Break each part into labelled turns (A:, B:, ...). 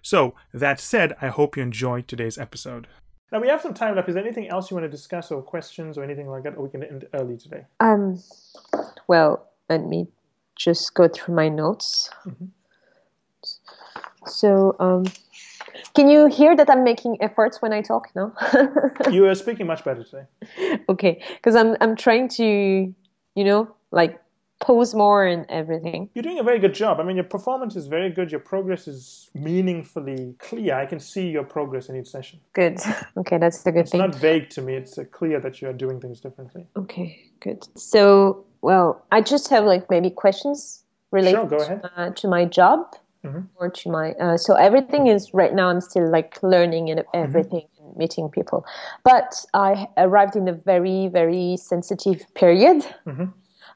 A: So, that said, I hope you enjoyed today's episode. Now we have some time left. Is there anything else you want to discuss, or questions, or anything like that, or we can end early today?
B: Um, well, let me just go through my notes.
A: Mhm.
B: So, um, can you hear that I'm making efforts when I talk? No.
A: You are speaking much better today.
B: okay, because I'm I'm trying to, you know, like pose more and everything.
A: You're doing a very good job. I mean, your performance is very good. Your progress is meaningfully clear. I can see your progress in each session.
B: Good. Okay, that's the good
A: It's
B: thing.
A: not vague to me. It's uh, clear that you are doing things differently.
B: Okay, good. So, well, I just have like maybe questions related
A: Sure, go ahead.
B: Uh, to my job
A: Mhm.
B: or to my. Uh, so everything is right now. I'm still like learning and
A: Mm-hmm.
B: everything and meeting people, but I arrived in a very very sensitive period.
A: Mhm.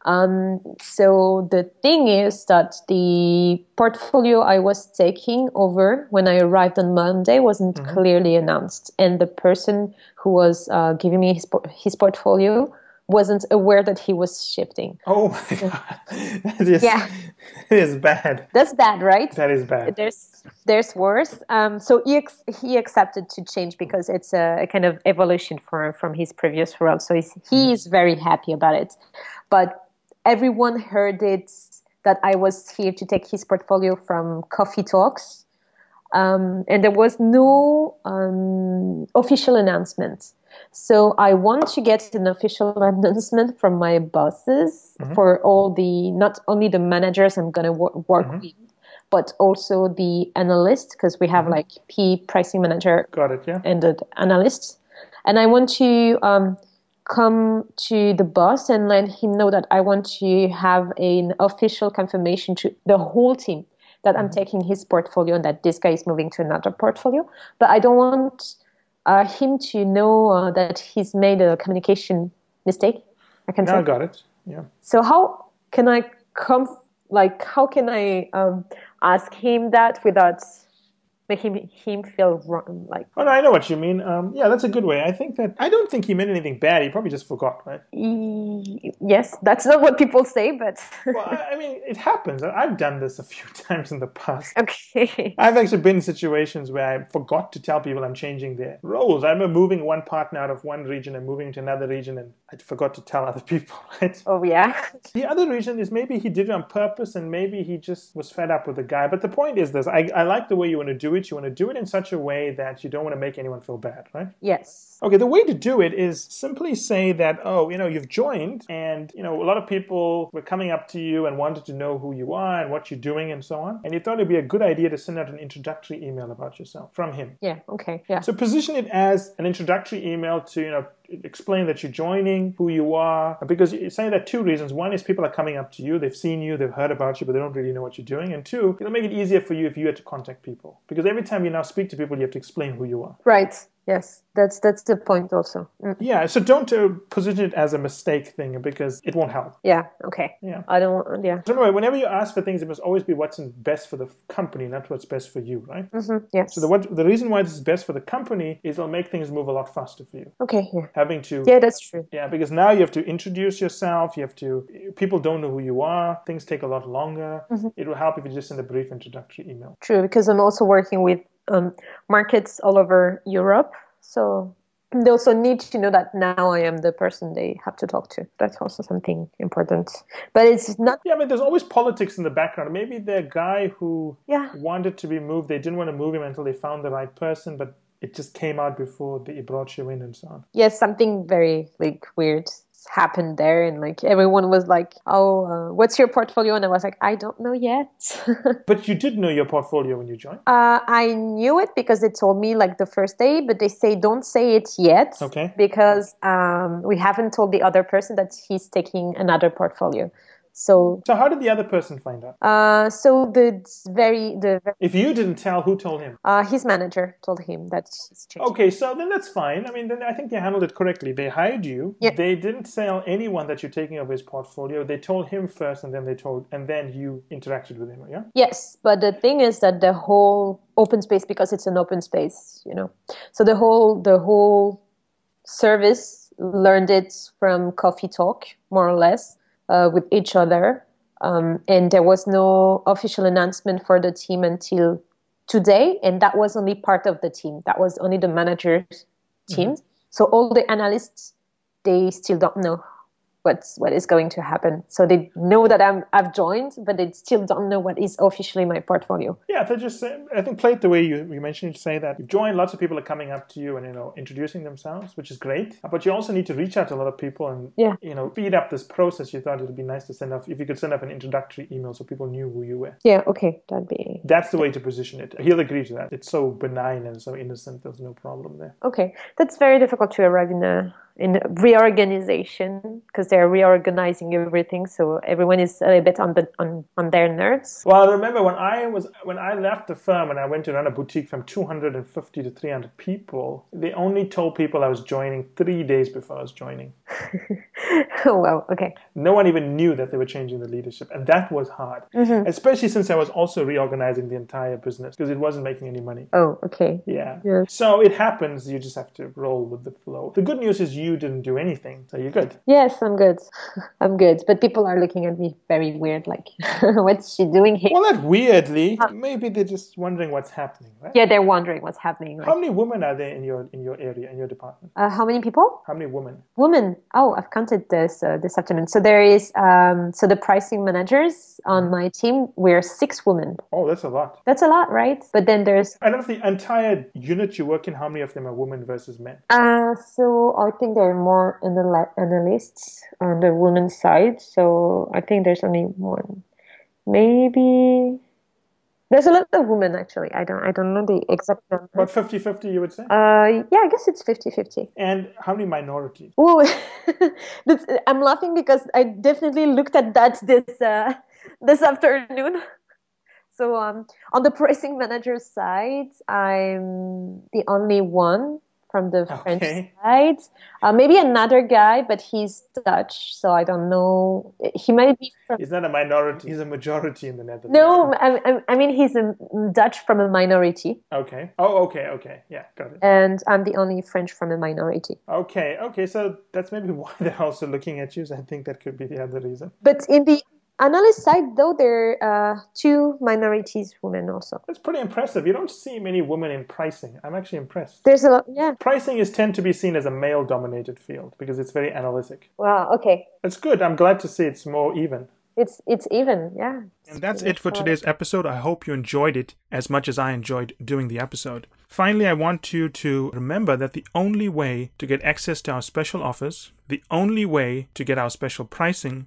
B: Um, so the thing is that the portfolio I was taking over when I arrived on Monday wasn't
A: Mm-hmm.
B: clearly announced, and the person who was uh, giving me his, por- his portfolio wasn't aware that he was shifting.
A: Oh my god, that is
B: Yeah.
A: it is bad.
B: That's bad, right?
A: That is bad.
B: There's there's worse. Um, so he ex- he accepted to change because it's a, a kind of evolution for from his previous role. So he's, he is very happy about it, but everyone heard it that I was here to take his portfolio from Coffee Talks, um, and there was no um, official announcement. So I want to get an official announcement from my bosses for all the not only the managers I'm gonna wo- work with, but also the analysts because we have like P pricing manager
A: Got it. Yeah.
B: and the analyst, and I want to um, come to the boss and let him know that I want to have an official confirmation to the whole team that I'm taking his portfolio and that this guy is moving to another portfolio. But I don't want uh, him to know uh, that he's made a communication mistake. I can
A: Now I
B: say.
A: got it. Yeah.
B: So how can I come? Like how can I um, ask him that without making him feel wrong? Like
A: Oh no, I know what you mean. Um, yeah, that's a good way. I think that I don't think he meant anything bad. He probably just forgot, right?
B: Y- yes that's not what people say but
A: Well, I, I mean, it happens. I- I've done this a few times in the past.
B: okay
A: I've actually been in situations where I forgot to tell people I'm changing their roles. I remember moving one partner out of one region and moving to another region, and I forgot to tell other people. Right?
B: oh yeah
A: The other reason is maybe he did it on purpose, and maybe he just was fed up with the guy. But the point is this: I, I like the way you want to do it. You want to do it in such a way that you don't want to make anyone feel bad, right?
B: yes
A: Okay, the way to do it is simply say that, oh, you know, you've joined and, you know, a lot of people were coming up to you and wanted to know who you are and what you're doing and so on. And you thought it'd be a good idea to send out an introductory email about yourself from him.
B: yeah okay yeah
A: So position it as an introductory email to, you know, explain that you're joining, who you are, because you say that two reasons. One is people are coming up to you, they've seen you, they've heard about you, but they don't really know what you're doing. And two, it'll make it easier for you if you had to contact people. Because every time you now speak to people, you have to explain who you are.
B: right yes that's that's the point also Mm,
A: Yeah, so don't uh, position it as a mistake thing because it won't help.
B: yeah okay
A: Yeah.
B: i don't yeah
A: Remember, whenever you ask for things, it must always be what's in- best for the company, not what's best for you, right?
B: mm-hmm. yes
A: So the, what, the reason why this is best for the company is it'll make things move a lot faster for you.
B: okay yeah
A: Having to
B: yeah that's true
A: yeah, because now you have to introduce yourself. You have to. People don't know who you are. Things take a lot longer. It will help if you just send a brief introductory email.
B: true because i'm also working with um, markets all over europe so they also need to know that now i am the person they have to talk to that's also something important but it's not
A: Yeah, but there's always politics in the background. Maybe the guy who
B: yeah
A: wanted to be moved. They didn't want to move him until they found the right person, but it just came out before they brought you in and so on.
B: yes something very like weird happened there and like everyone was like oh uh, what's your portfolio and i was like i don't know yet uh,
A: But you did know your portfolio when you joined.
B: i knew it because they told me like the first day but they say don't say it yet
A: Okay.
B: because um, we haven't told the other person that he's taking another portfolio So,
A: So how did the other person find out?
B: uh, so the very the
A: If you didn't tell, who told him?
B: uh, his manager told him that she's changing.
A: Okay, so then that's fine. I mean, then I think they handled it correctly. They hired you.
B: Yeah.
A: They didn't tell anyone that you're taking over his portfolio. They told him first, and then they told, and then you interacted with him. Yeah.
B: Yes, but the thing is that the whole open space because it's an open space, you know. So the whole the whole service learned it from coffee talk more or less uh, with each other, um, and there was no official announcement for the team until today, and that was only part of the team. That was only the manager's team. So all the analysts they still don't know what's what is going to happen. So they know that I'm I've joined, but they still don't know what is officially my portfolio.
A: Yeah, they just. say- I think played the way you, you mentioned. Say that you've joined. Lots of people are coming up to you and you know introducing themselves, which is great. But you also need to reach out to a lot of people and
B: Yeah.
A: you know speed up this process. You thought it would be nice to send off if you could send off an introductory email so people knew who you were.
B: Yeah, okay, that'd be
A: That's the way to position it. He'll agree to that. It's so benign and so innocent. There's no problem there.
B: okay. That's very difficult to arrive in a in a reorganization because they're reorganizing everything, so everyone is a little bit on the on, on their nerves.
A: Well, I remember when I was when I left the firm and I went to another boutique from 250 to 300 people. They only told people I was joining three days before I was joining.
B: oh wow, okay.
A: No one even knew that they were changing the leadership, and that was hard, especially since I was also reorganizing the entire business because it wasn't making any money.
B: Oh, okay.
A: Yeah.
B: Yeah.
A: So it happens. You just have to roll with the flow. The good news is you didn't do anything, so you're good.
B: Yes, I'm good. I'm good. But people are looking at me very weird, like what's she doing here?
A: Well, that weirdly, maybe they're just wondering what's happening, right?
B: Uh, yeah, they're wondering what's happening. Like,
A: How many women are there in your in your area in your department?
B: uh, how many people?
A: How many women?
B: Women. Oh, I've counted this uh, this afternoon. So there is um, so the pricing managers on my team. We're six women.
A: Oh, that's a lot.
B: That's a lot, right? But then there's
A: And of the entire unit you work in, how many of them are women versus men?
B: uh, so I think there are more anal- analysts on the women's side. So I think there's only one, maybe. There's a lot of women actually. I don't I don't know the exact number.
A: About 50 50, you would say?
B: Uh, yeah, I guess it's 50-50.
A: And how many minorities?
B: Ooh, that's, I'm laughing because I definitely looked at that this uh, this afternoon. So um, on the pricing manager side, I'm the only one from the French
A: Okay.
B: side. Uh, maybe another guy, but he's Dutch, so I don't know. He might be from.
A: He's not a minority, he's a majority in the Netherlands.
B: No, I, I, I mean he's a Dutch from a minority,
A: Okay. Oh, okay, okay. Yeah, got it.
B: and I'm the only French from a minority.
A: Okay, okay. So that's maybe why they're also looking at you. So I think that could be the other reason.
B: But in the analyst side, though, there are uh, two minorities women also.
A: That's pretty impressive. You don't see many women in pricing. I'm actually impressed.
B: There's a lot, yeah.
A: Pricing is tend to be seen as a male dominated field because it's very analytic.
B: Wow, okay.
A: It's good. I'm glad to see it's more even.
B: It's it's even, yeah.
A: And that's it for today's episode. I hope you enjoyed it as much as I enjoyed doing the episode. Finally, I want you to remember that the only way to get access to our special offers, the only way to get our special pricing,